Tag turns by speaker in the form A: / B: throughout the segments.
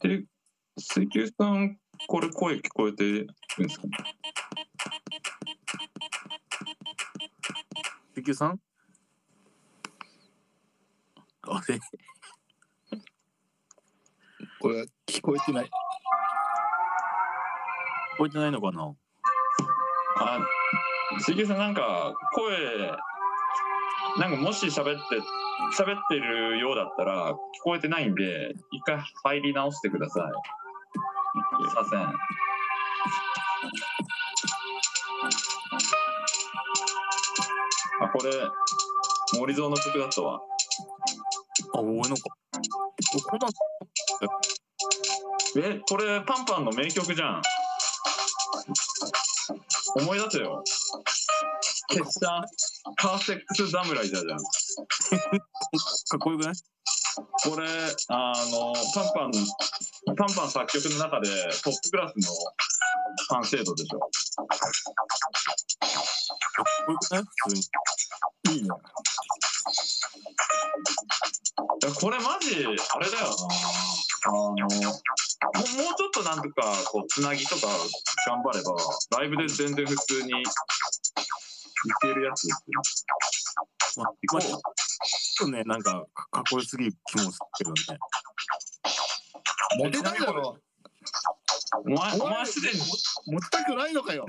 A: テレ水球さんこれ声聞こえてるんですかね
B: ゆきゅうさんあれ
C: これは聞こえてない。
B: 覚えてないのかな
A: あ水球さんなんか声なんかもし喋って喋ってるようだったら聞こえてないんで一回入り直してくださいすいませんあこれ森蔵の曲だったわ
B: あ、俺のか。こんな
A: えこれパンパンの名曲じゃん思い出せよ決断カーセックス侍だじゃん
B: かっこよくない
A: これあのパンパンパンパン作曲の中でトップクラスの完成度でしょ
B: かっこよくない普通
C: い
B: に。
C: いね。
A: いやこれマジあれだよなあのもうもうちょっとなんとかこうつなぎとか頑張ればライブで全然普通にいけるやつですよ
B: まあ、まあちょっとね、なんか、かかっこよすぎる気もするけどね。
C: モテたいだろ。
A: お前お前すでに
C: モテたくないの かよ。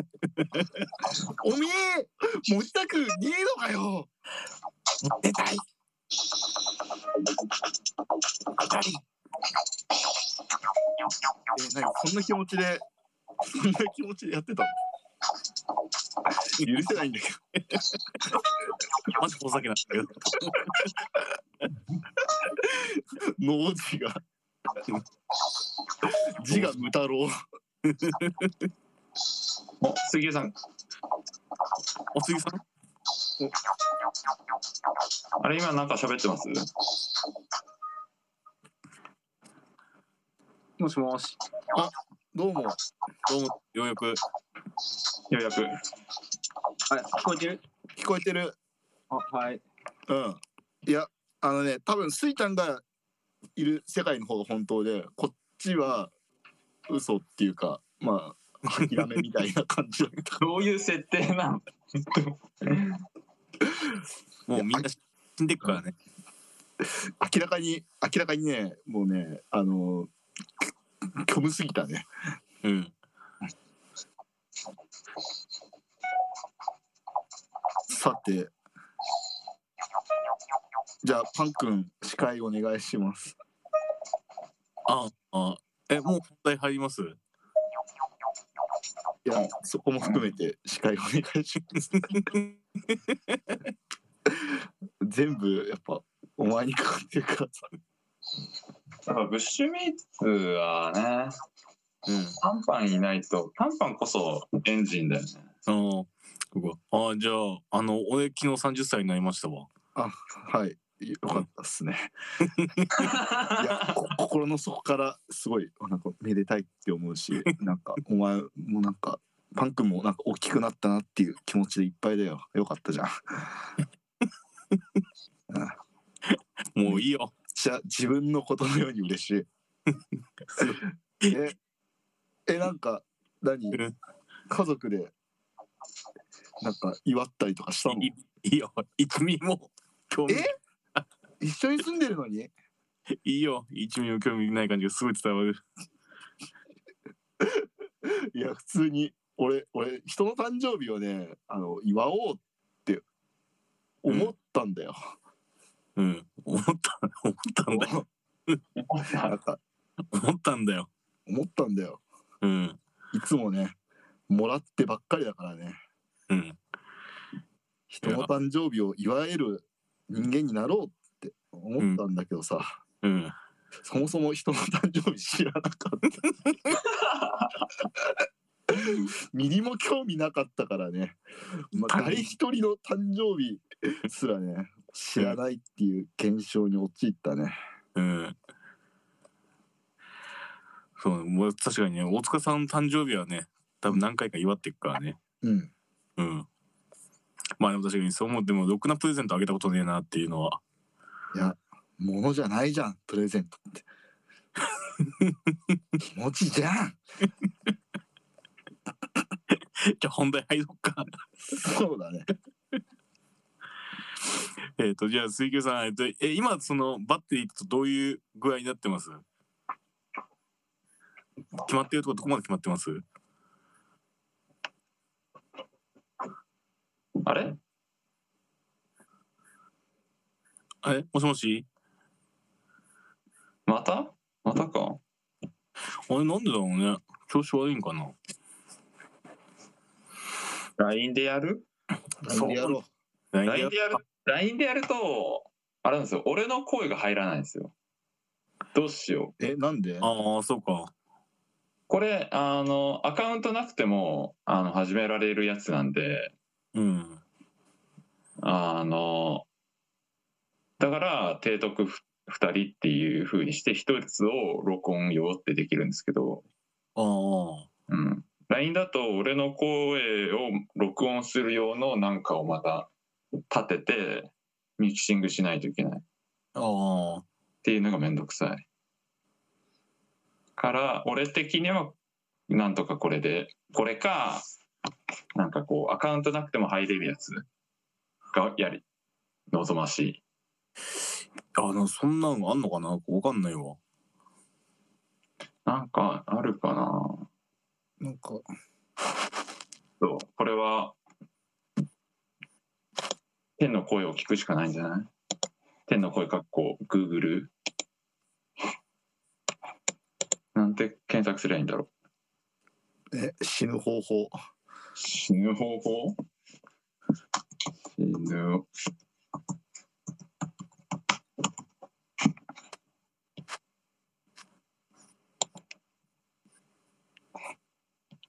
C: おめえ、モテたくねえのかよ。
B: モテたい。モテたい。
C: えー、なんかそんな気持ちで、そんな気持ちでやってたの許せないんだけど。
B: マジお酒なんだけど。
C: 脳字 が。字が無太郎。
A: お杉江さん
B: お次さん
A: あれ今なんか喋ってます
D: もしもし。
C: どうも。
B: どうも、ようやく。
A: ようやく
D: あれ、聞こえてる
C: 聞こえてる。
D: あ、はい。
C: うん。いや、あのね、多分スイちゃんがいる世界の方が本当で、こっちは嘘っていうか、まあ、諦めみたいな感じだった。
A: どういう設定なの
B: もうみんな死んでっからね。
C: 明らかに、明らかにね、もうね、あの、虚無すぎたね。
B: うん。
C: さて。じゃあ、パン君、司会お願いします。
B: ああ、え、もう本題入ります
C: いや、そこも含めて司会お願いします。全部、やっぱ、お前にかかってるからさ。
A: やっぱブッシュミーツはね
B: うん。
A: パンパンいないとパンパンこそエンジンだよね
B: あーここあー、じゃあ、あの、俺昨日30歳になりましたわ。
C: あ、はい。よかったっす ね。いや、こ心の底からすごい、なんか、めでたいって思うし、なんか、お前もなんか、パン君もなんか大きくなったなっていう気持ちでいっぱいだよ。よかったじゃん。
B: もういいよ。
C: じゃあ自分のことのように嬉しい。 え、え、なんか、何
B: うん
C: 家族で、なんか祝ったりとかしたの
B: いいいいよ。一味も興味
C: え一緒に住んでるのに
B: いいよ。一味も興味ない感じがすごい伝わる。
C: いや、普通に、俺、俺、人の誕生日をね、あの、祝おうって思ったんだよ。
B: うん。思った、思ったんだよ。
C: なんか、
B: 思ったんだよ。
C: 思ったんだよ。
B: うん。
C: いつもね、もらってばっかりだからね。
B: うん。
C: 人の誕生日を祝える人間になろうって思ったんだけどさ。
B: うん。
C: そもそも人の誕生日知らなかった。 ミリも興味なかったからね、まあ、誰一人の誕生日すらね知らないっていう現象に陥ったね
B: うん。そう、もう確かにね、大塚さんの誕生日はね、多分何回か祝っていくからね。
C: うん
B: うん。まあでも確かにそう思う。でも、ろくなプレゼントあげたことねえなっていうのは。
C: いやものじゃないじゃんプレゼントって気持ちじゃん
B: じゃあ本題入ろうか。
C: そうだね。
B: えっと、じゃあ水球さん、えっと、え、今そのバッテリーとどういう具合になってます決まってるとこどこまで決まってます
A: あれ
B: え、もしもし
A: またまたか
B: あれなんでだろうね。調子悪いんかな
A: ?LINE でやる
C: そうやろ
A: ?LINE でやる ?LINE でやると、あれなんですよ。俺の声が入らないんですよ。どうしよう。
C: う。え、なんで
B: ああ、そうか。
A: これ、あの、アカウントなくても、あの、始められるやつなんで、
B: うん。
A: あの、だから、提督ふ2人っていう風にして、1つを録音用ってできるんですけど、
B: ああ。
A: うん。LINE だと、俺の声を録音する用のなんかをまた立てて、ミキシングしないといけない。
B: ああ、
A: っていうのがめんどくさい。から、俺的には、なんとかこれで、これか、なんかこう、アカウントなくても入れるやつがやり、望ましい。
B: あの、そんなのあんのかなわかんないわ。
A: なんかあるかな
C: なんか、
A: そう、これは、天の声を聞くしかないんじゃない天の声かっこ Google。なんて検索すればいいんだろう
C: え、死ぬ方法。
A: 死ぬ方法死ぬ。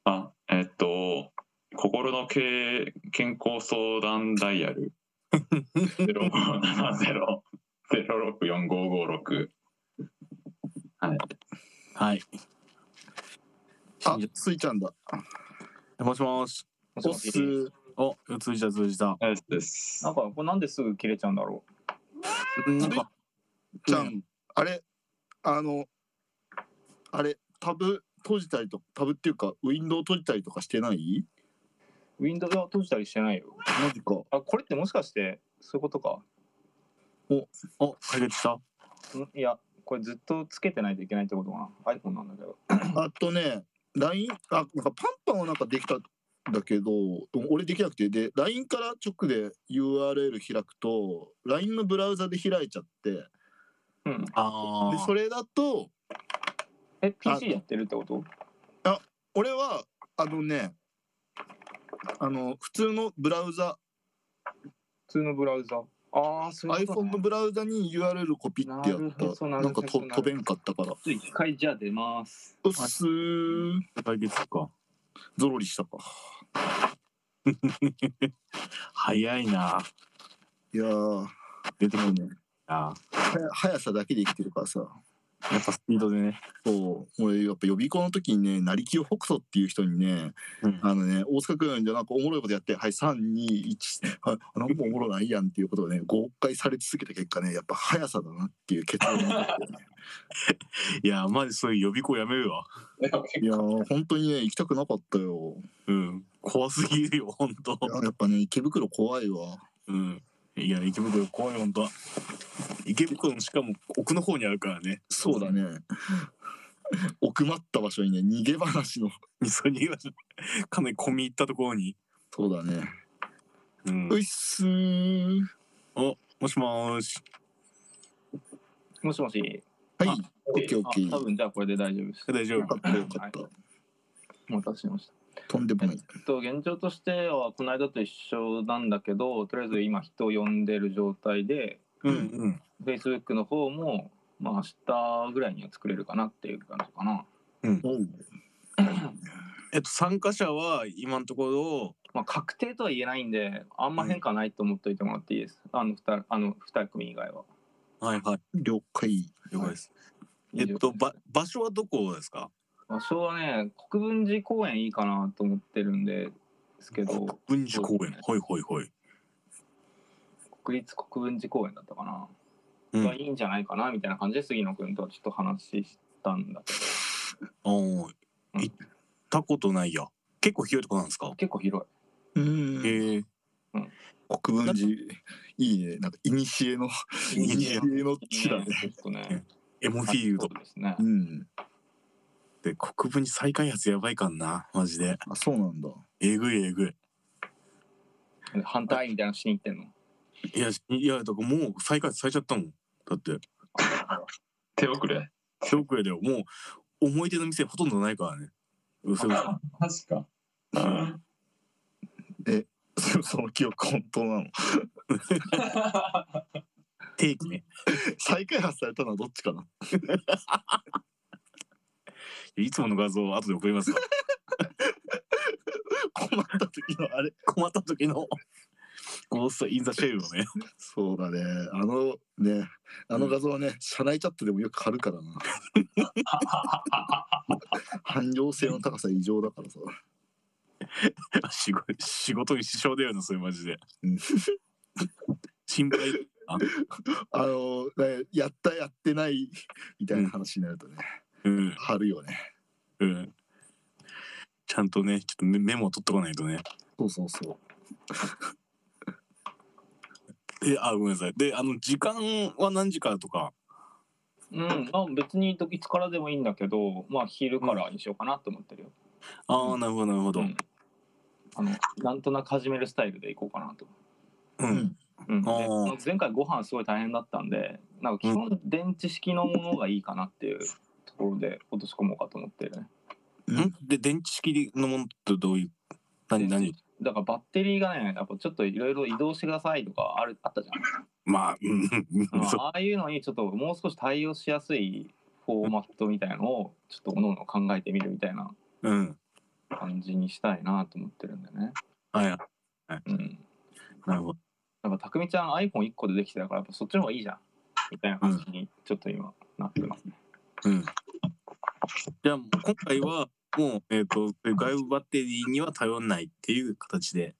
A: あ、えっと、心のけ健康相談ダイヤル。ゼロ五七ゼロゼロ六四五五六。
B: はい。
C: あ、スイちゃんだ。
B: もしもし。
C: おっすー。
B: お、通じた通じた。
A: ナイスです
D: なん。かこれなんですぐ切れちゃうんだろ
B: なんか、
C: ちゃん、あれ、あの、あれ、タブ閉じたりと、タブっていうか、ウィンドウ閉じたりとかしてな
D: 。
C: いう
D: ウィンドウは閉じたりしてないよ。
C: マジか。
D: あこれってもしかしてそういうことか。
B: お、解決した。
D: んいやこれずっとつけてないといけないってことかな。iPhone なんだけど。
C: あとね、LINE、あ、なんかパンパンはなんかできたんだけど、でも俺できなくて、で、LINE から直で URL 開くと、LINE のブラウザで開いちゃって、で、
D: うん。
B: ああ。
C: それだと、
D: え PC やってるってこと？
C: 俺はあのねあの普通のブラウザ
D: 普通のブラウザ。ああそういうこと、ね。
C: iPhone のブラウザに URL コピってや
D: なるほ
C: っ
D: ど
C: た
D: な
C: な
D: る
C: ん
D: ほど
C: かと
D: なるほど
C: 飛べんかったから
D: ちょっと一回じゃあ出ます。
C: うっすー
B: 解決か。
C: ゾロリしたか
B: 早いな。
C: いやー
B: 出て
C: で
B: く
C: も
B: る
C: ね
B: な。
C: はや速さだけで生きてるからさ
B: やっぱスピードでね。
C: そう俺やっぱ予備校の時にね成清北斗っていう人にね
B: うん
C: あのね大塚君じゃなんかおもろいことやってはい321あなんかおもろないやんっていうことをね5回され続けた結果ねやっぱ速さだなっていう結論になってね
B: いや、マジそういう予備校やめるわ。
C: いやー本当にね行きたくなかったよ
B: うん。怖すぎるよ、ほんと。
C: いややっぱね池袋怖いわ
B: うん。いや、池袋怖い、ほんと。池袋のしかも奥の方にあるからね。
C: そうだね奥まった場所にね逃げ話の
B: そうにかなり込み入ったところに。
C: そうだね
B: うん
C: う。いっすー
B: お、もしもーし。
D: もしもし。
C: はいオッケーオッケー
D: あ多分じゃあこれで大丈夫です。
B: 大丈
C: よ
B: 夫
C: か。ったよかった、
D: お待たせしました。
C: とんでもない
D: えっと現状としてはこの間と一緒なんだけどとりあえず今人を呼んでる状態で
B: うんうん。
D: Facebook の方も、まあ、明日ぐらいには作れるかなっていう感じかな、
C: おう
B: えっと、参加者は今のところ、
D: まあ、確定とは言えないんであんま変化ないと思っておいてもらっていいです、あの 2, あの二組以外は
B: はいはい。
C: 了解
B: 了解です。
D: 以上
B: えっと、ば場所はどこですか
D: 場所はね国分寺公園いいかなと思ってるんですけど
B: 文治公園。ほいほいほい。
D: 国立国分寺公園だったかな、
B: うん
D: がいいんじゃないかなみたいな感じで杉野君とはちょっと話しったんだけ
B: おー
D: うん
B: 行ったことないや。結構広いとこなんですか
D: ど。結構広
C: うん
B: へえ。
C: 国分寺いいねなんか古の古
B: いいね
C: の
D: い。
C: 地だね
D: 結構ね。
B: エモフィールド
D: そうですね
C: う。ん
B: って国分に再開発やばいかんな。マジで。
C: あそうなんだ
B: えぐいえぐい。
D: 反対みたいなのしに行ってんの。
B: いや、いや、だからもう再開発されちゃったもん。だって、
A: 手遅れ。
B: 手遅れだよ。もう、思い出の店ほとんどないからね。嘘嘘
A: 確か。うん
C: そその記憶本当なの
B: 定期ね。
C: 再開発されたのはどっちかない
B: つもの画像を後で送りますわ。
C: 困った時のあれ
B: 困った時の、ゴースト・イン・ザ・シェルのね。
C: そうだねあのねあの画像はね、社内チャットでもよく貼るからな 汎用性の高さ異常だからさ
B: 仕事仕事に支障だよな、それマジで
C: うん。
B: 心配。
C: あの、ね、やったやってないみたいな話になるとね、
B: うん、
C: 貼るよね
B: うん。ちゃんとね、ちょっとメメモを取っとかないとね。
C: そうそうそう
B: で、あ、ごめんなさい。で、あの、時間は何時からとか。
D: うん、まあ別にいつからでもいいんだけど、まあ昼からにしようかなと思ってるよ。
B: ああ、なるほど、なるほど。
D: うんあのなんとなく始めるスタイルでいこうかなと。
B: うん。
D: うん、で
B: あー
D: まあ前回ご飯すごい大変だったんで、なんか基本電池式のものがいいかなっていうところで落とし込もうかと思ってるね。
B: んで、電池式のものってどういう、何、何
D: だからバッテリーがね、やっぱちょっといろいろ移動してくださいとかあるあったじゃん。
B: まあ、うん、うん、そう。
D: ああいうのにちょっともう少し対応しやすいフォーマットみたいのをちょっと各々考えてみるみたいな
B: うん。
D: 感じにしたいなと思ってるんだよね。
B: はい、な
D: うん。
B: るほど。
D: なんかたくみちゃん iPhone1 個でできてたからやっぱそっちの方がいいじゃんみたいな感じにちょっと今なってますね。
B: うん。じゃあ、今回は、もう、えっ、と、外部バッテリーには頼んないっていう形で。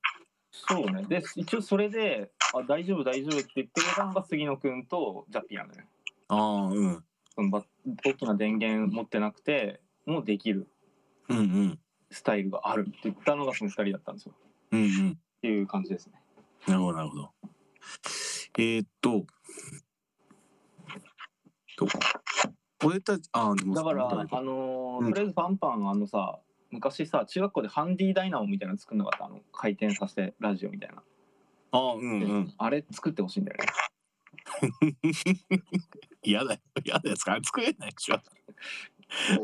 D: そうね。で一応それであ大丈夫大丈夫って言ってくれたのが杉野くんとジャッピーなんだよね。
B: ああ、うん。
D: そのバ大きな電源持ってなくてもうできる
B: うんうん。
D: スタイルがあるって言ったのがその2人だったんですよ。
B: うんうん。
D: っていう感じですね。
B: なるほど、なるほど。えー、っと。と俺たち、ああ、でも
D: だから、
B: そう
D: あのー
B: うん
D: とりあえずパンパンあのさ昔さ中学校でハンディダイナモみたいなの作んなかったあの回転させてラジオみたいな、
B: ああ、うんうん。
D: あれ作ってほしいんだよね
B: 嫌だよ、嫌なやつから作れないでしょ。い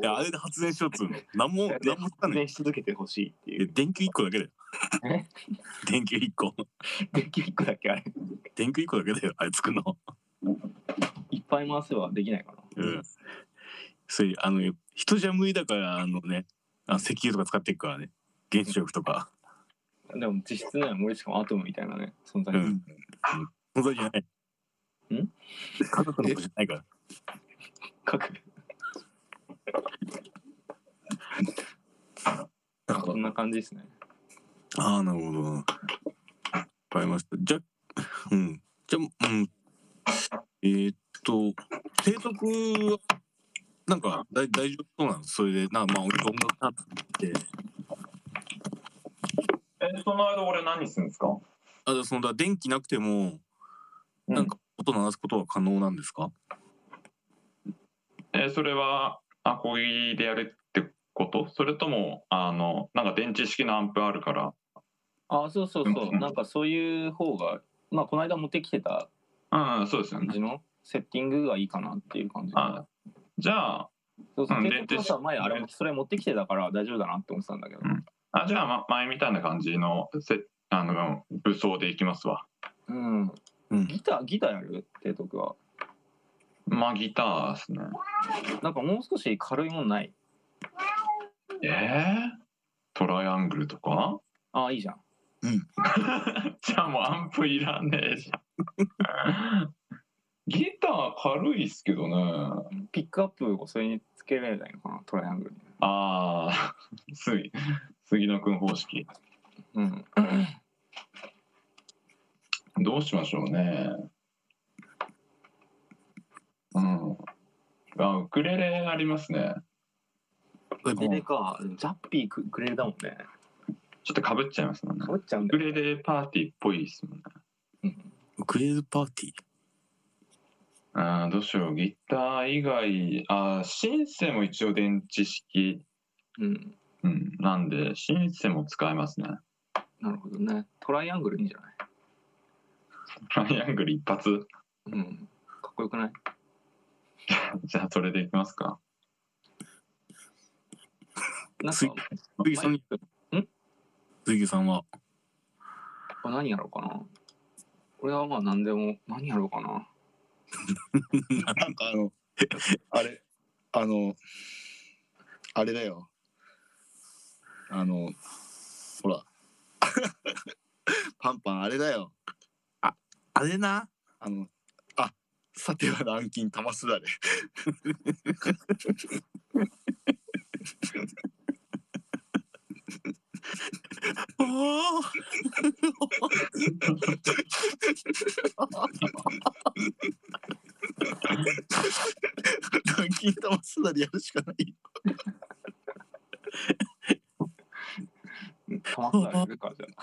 B: やあれで発電しようっつうの。なん も、なんもつかない。
D: 発電し続けてほしいって
B: い
D: い
B: や
D: う
B: 電球一個だけだよ
D: え。
B: 電球一個。
D: 電気一個だっけあれ
B: 電球一個だけだよ、あれ作るの。
D: いっぱい回せばできないかな
B: うん。それあの人じゃ無理だからあのねあ石油とか使っていくからね原子力とか
D: でも実質ね森しかもアトムみたいなね存在、
B: うん存在じゃない。
D: ん
B: 科学のことじゃないから。
D: 各
C: なんか
D: こんな感じですね
B: ああなるほど。わかりました。じゃうんじゃうんえー、っと生徳はなんか大大丈夫そうなのそれでなんかまあ音楽立って
A: え、その間俺何するんですか
B: あじゃあそのだから電気なくてもなんか音鳴らすことは可能なんですか、
A: え、それはアコギでやるってことそれとも、あの、なんか電池式のアンプあるから。
D: あそうそうそう、
A: うん
D: なんかそういう方がまあこの間持ってきてた
A: うんうん、そうですよ
D: 感
A: ね。
D: じのセッティングがいいかなっていう感じ
A: あじゃあ、
D: そうそう
A: うん
D: 結局はさ
A: で
D: 前あれもそれ持ってきてたから大丈夫だなって思ってたんだけど
A: あじゃあ、ま、前みたいな感じのせあの武装でいきますわ。
D: うん
B: うん
D: ギターギターやる提督は
A: まあ、ギターですね。
D: なんかもう少し軽いもんない
A: えー、トライアングルとか
D: ああいいじゃん
A: じゃあもうアンプいらねえじゃん。 ギター軽いっすけどね。
D: ピックアップをそれにつけられないのかなトライアングルに
A: ああ、 す杉野くん方式。
D: うん
A: どうしましょうね。うん。あウクレレありますね。
D: ウクレレか。ジャッピーくウクレレだもんね。
A: ちょっとかぶっちゃいますもんね
D: か。ぶっちゃうん
A: ウ
D: だ
A: ク
D: よ、
A: レレパーティーっぽいですもんね。
D: うん
B: ウクレレパーティー
A: あーどうしよう。ギター以外、あーシンセも一応電池式、
D: うん。
A: うん、なんで、シンセも使えますね。
D: なるほどね。トライアングルいいんじゃない
A: トライアングル一発。
D: うん。かっこよくない
A: じゃあ、それでいきますか。
D: なん
B: スイ
D: か、
B: 鈴木さんに鈴木さんは
D: あ何やろうかな。俺はまあ何でも、何やろうかな。
C: なんかあの、あれ、あの、あれだよ。あの、ほら。 パンパンあれだよ。
B: あれな
C: あの、あ、さてはランキン玉すだれ。
B: ああ
C: ランキン玉すだれやるしかない。
D: たまったらやるか、じゃあ。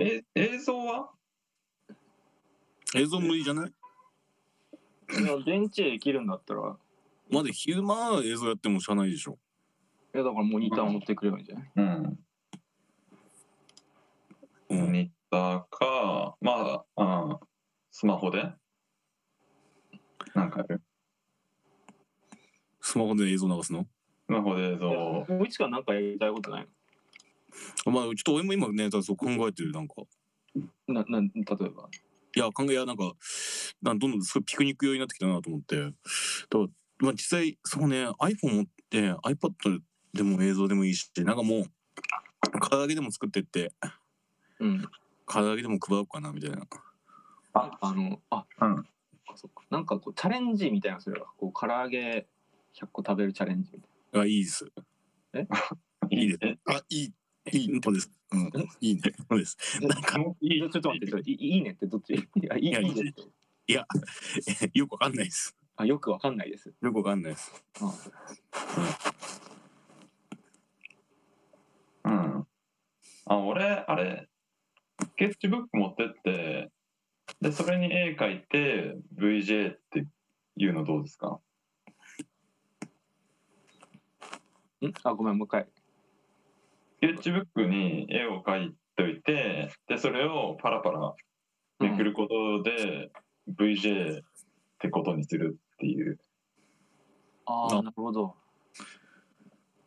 A: え、映像は
B: 映像無理じゃない
D: いや電池できるんだったら、
B: まだ昼間映像やってもしゃあないでしょ
D: いやだからモニターを持ってくればいいんじゃない
A: うん。
B: う
A: モ
B: ん
A: ニターか、まあ、うん、スマホで。なんかやる、
B: スマホで映像流すの
A: スマホで映像を。
D: もう一からなんかやりたいことない
B: あまあちょっと俺も今ねだからそう考えてるなんか
D: のな、な、例えば。
B: いや考えいやなんかなんどんどんすごいピクニック用になってきたなと思ってだからまあ実際そうね iPhone 持って iPad でも映像でもいいしなんかもう唐揚げでも作ってって
D: うん。
B: 唐揚げでも配ろうかなみたいな
D: あ、あの、あ、
A: うん
D: そっかそっか。なんかこう、チャレンジみたいなのすれば、こう、唐揚げ100個食べるチャレンジみたい
B: あいいですいいです
A: ね。
C: あ、いい、いい、
B: そうです
C: うん、いいね。
B: そうです
A: い
D: な。いやちょっと待って、ちょっといいいいねってどっちいや、いい
B: いや
D: いいねって。
B: よくわかんないです
D: あ、よくわかんないです。
B: よくわかんないです
D: あ
A: うん。あ、俺、あれ、スケッチブック持ってって、で、それに絵描いて、VJ っていうのどうですか
D: んあ、ごめん、もう一回。
A: スケッチブックに絵を描いといて、で、それをパラパラめくることで、VJ ってことにするっていう。
D: ああ、
B: あ
D: なるほど。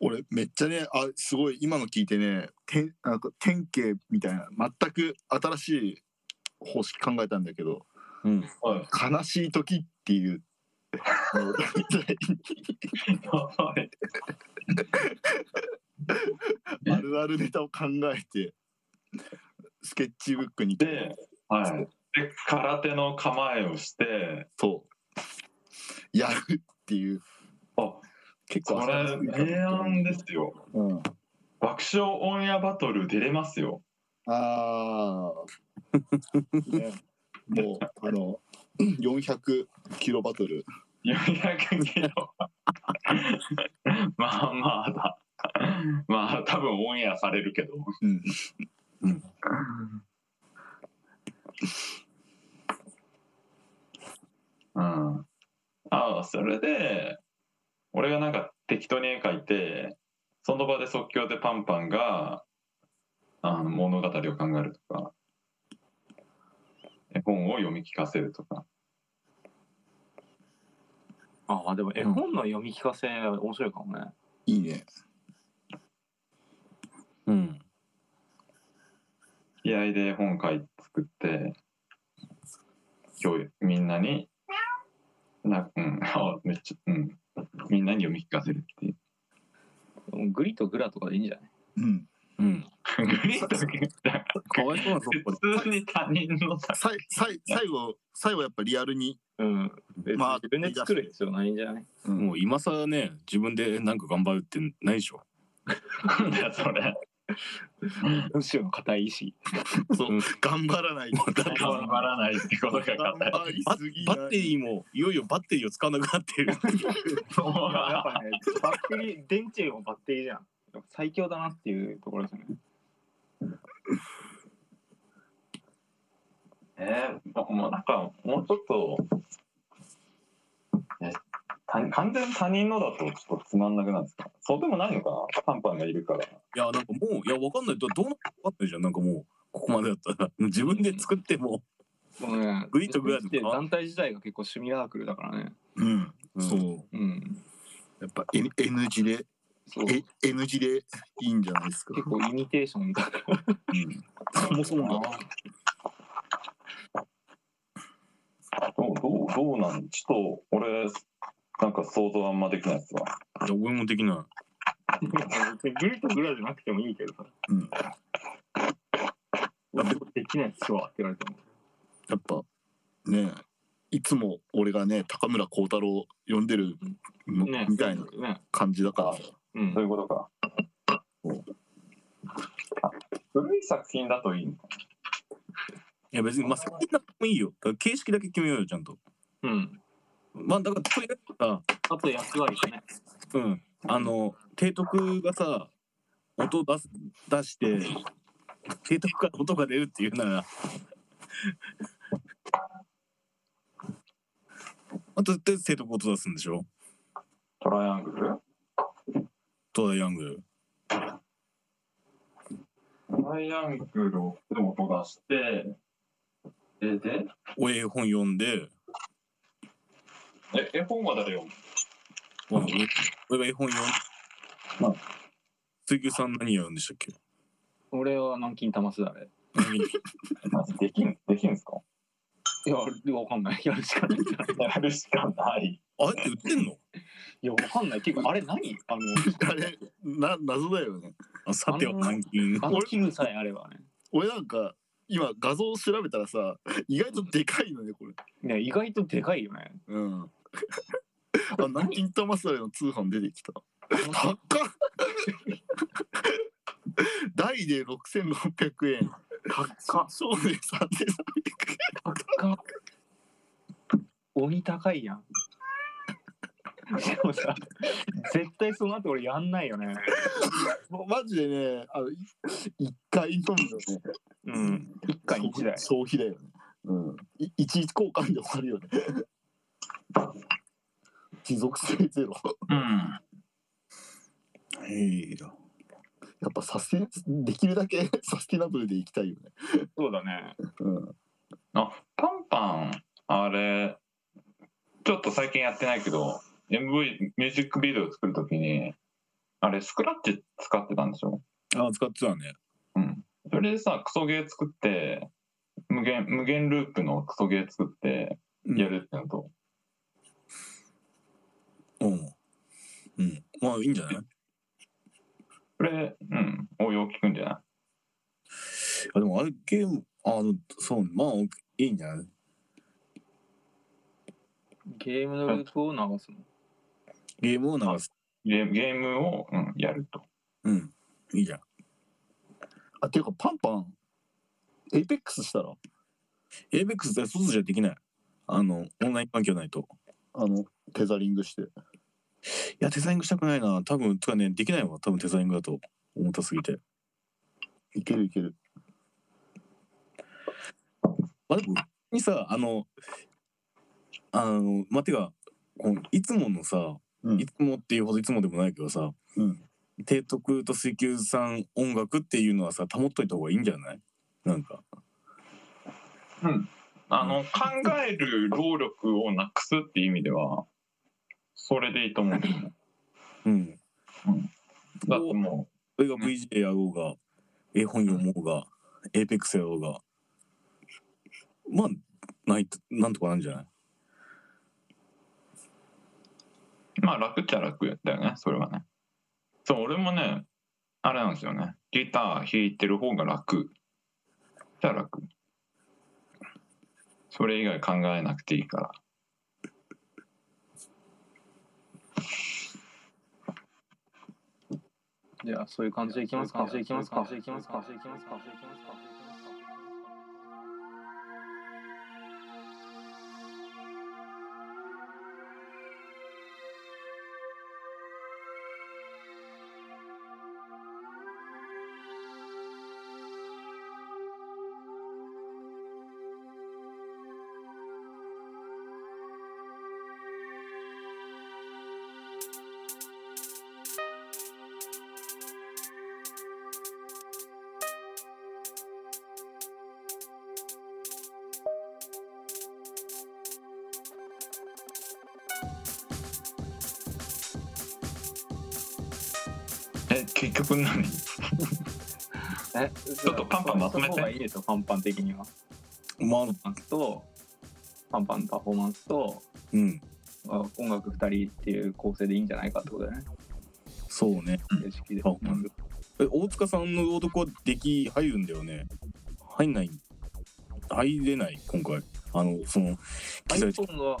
C: 俺めっちゃねあすごい今の聞いてねてなんか典型みたいな全く新しい方式考えたんだけど
B: うん
A: はい
C: 「悲しい時」っていうあの
A: はい。
C: あるあるネタを考えてスケッチブックに
A: で、はい。で、空手の構えをして、
C: そうやるっていう
A: あ、
C: 結
A: こ
C: 構
A: れ
C: 新しい考え
A: 明暗ですよ。
C: うん、あ
A: 爆笑オンエアバトル出れますよ。
C: あー、ね、もうあの400キロバトル
A: 400キロ。まあまあだ。まあ多分オンエアされるけど。
C: うん
A: うん。ああ、それで、俺がなんか適当に絵描いて、その場で即興でパンパンが、あの物語を考えるとか、絵本を読み聞かせるとか。
D: ああ、でも絵本の読み聞かせ面白いかもね。
C: いいね
B: うん
A: 気合で絵本書いて作って、今日みんなに、なうん、あめっちゃ、うん、みんなに読み聞かせるっていう。
D: でもグリとグラとかでいいんじゃない
C: うん
B: うん
A: グリーンだけ
B: かわいそうなそこ
A: 普通に他人のさ、
C: さいさい最後最後やっぱリアルに
D: うん。別に
C: まあ
D: 自分で作る必要ないんじゃない
B: でもう今更ね自分でなんか頑張るってないでしょ
A: なんだよそれ。
D: 後ろの硬い意志。
C: そう
B: うん
C: 頑張らないと
A: 頑張らないってことが
C: 頑
A: 硬い。
C: 張り
B: バ
C: すぎ
B: バッテリーもいよいよバッテリーを使わなくなってる
D: いややっぱね、バッテリー、電池よりもバッテリーじゃん。やっぱ最強だなっていうところですよね。
A: えー、もうなんかもうちょっと、え他完全に他人のだとちょっとつまんなくなるんですかそうでもないのかなパンパンがいるから。
B: いやなんかもういやわかんないどどうなるかわかんないじゃんなんかもうここまでだったら 自分で作っても、
D: もうね、
B: グイとグイだと
D: って団体自体が結構シミュラークルだからね。
C: うんそう
D: うん。
C: やっぱ N- N 字で
D: そう。
C: え N 字でいいんじゃないですか
D: 結構イミテーションだ から。
C: そもそもが
A: どうどうどうなんちょっと俺なんか想像あんまできないですわ。
B: いや俺もできな
D: 別にグリとグラじゃなくてもいいけどさ。
C: うん
D: 俺もできないっすわって言われても。
C: やっぱねいつも俺がね高村光太郎呼んでるの
D: ね。
C: みたいな
D: ね。
C: 感じだから
D: うん
A: そう。いうことか。あ古い作品だといいのか。
B: いいや別にまあ作品なくてもいいよだから形式だけ決めようよちゃんと
D: うん。
B: まあだからとりあえずさ
D: あと役割だね。
B: うん、あの提督がさ音を出す出して提督から音が出るっていうなら あとで提督音出すんでしょ
A: トライアングル
B: トライアングル
A: トライアングルをでも音出して、えで
B: お絵本読んで
A: え絵本は誰よ
B: まあ俺が絵本読ん
A: まあ
B: で水球さん何やるんでしたっけ
D: 俺は南京玉すだれ。
A: できんできんですか
D: いや、わかんない。 やるしかないじゃ
A: や
D: ん。
A: るしかない。
B: あれって売ってんの
D: いや、わかんない。結構、あれ何あの、
C: あれな謎だよね
B: あさては南京
D: あの器具さえあればね。
C: 俺なんか今画像を調べたらさ意外とでかいのねこれ
D: ね、意外とでかいよね。
C: うんあ南京玉すだれの通販出てきた高っ大で6600円
D: 高っ。
C: 小で3300円
D: 高っ。鬼高いやん。 でもさ、絶対その後俺やんないよね。
C: もうマジでねあのい一回飲むよね
D: うん。一回一台。
C: 消費だよね。うん。い一一交換で終わるよね。持続性ゼロ。
A: うん。
B: いいよ
C: やっぱサスティできるだけ サスティナブルでいきたいよね。
D: そうだね。
C: うん。
A: あパンパンあれちょっと最近やってないけど MV ミュージックビデオ作るときにあれスクラッチ使ってたんでしょ
B: あ使ってたね
A: うん。それでさクソゲー作って無限無限ループのクソゲー作ってやるってのと、
B: うん、うん、まあいいんじゃない
A: これうん応用聞くんじゃない
B: あでもあれゲームあのそうまあいいんじゃない
D: ゲームのルートを流すの。
B: ゲームを流す
A: ゲーゲームを、うん、やると。
B: うんいいじゃん
C: あていうかパンパンエイペックスしたら
B: エイベックスって外じゃできないあのオンライン環境ないと
C: あのテザリングして。
B: いやデザインしたくないな多分つかねできないわ多分デザインだと重たすぎて
C: いけるいける。
B: まあでもにさあのあのまあ、てかこういつものさ、
C: うん
B: いつもっていうほどいつもでもないけどさ
C: うん。
B: 提督と水球さん音楽っていうのはさ保っといた方がいいんじゃないなんか
A: うん。あの、考える労力をなくすっていう意味では、それでいいと思うんだよ ね。
B: うん
A: だっても、
B: それが VJ やろうが、絵本読もうが、エーペックスやろうが、まあ、ないと、なんとかなんじゃないう
A: まあ楽っちゃ楽だよね、それはね。そう、俺もね、あれなんですよね。ギター弾いてる方が楽。じゃあ楽。それ以外考えなくていいから。
D: じゃあそういう感じでいきますか。
E: そういう感じでいきますか
D: そういう感じでいきますか。
A: え結局何
D: え、ち
A: ょっとパンパンまとめて
D: いいですよ、パンパン的には。
B: まあ、
D: パンパンと、パンパンのパフォーマンスと、
B: うん。
D: あ音楽2人っていう構成でいいんじゃないかってことだよね。
B: そうね。
D: 形式で。
B: あうんえ大塚さんの男はでき入るんだよね入んない入れない今回あのその機材
D: iPhone が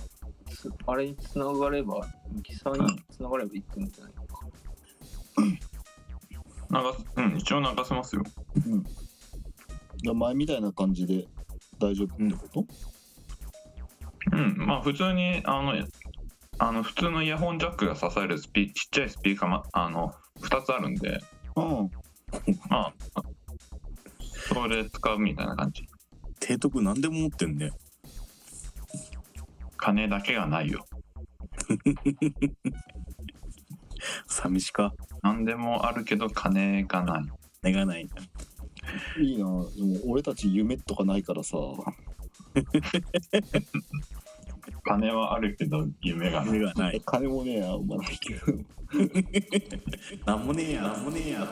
D: つあれにつながれば、ミキサーにつながればいくんじゃないのか。
A: 流すうん一応流せますよ
C: ら前みたいな感じで大丈夫ってこと、
A: うんまあ普通にあのあの普通のイヤホンジャックが支えるスピちっちゃいスピーカー、ま、あの2つあるんで
C: うん、
A: まあそれ使うみたいな感じ
B: 提督何でも持ってんね
A: 金だけがないよ
B: 寂しか
A: 何でもあるけど金がない
B: 願ない
C: いいなでも俺たち夢とかないからさ
A: 金はあるけど夢がない
B: 目 がない
C: 金もねえやお前ないけど
B: 何もねえや何もねえや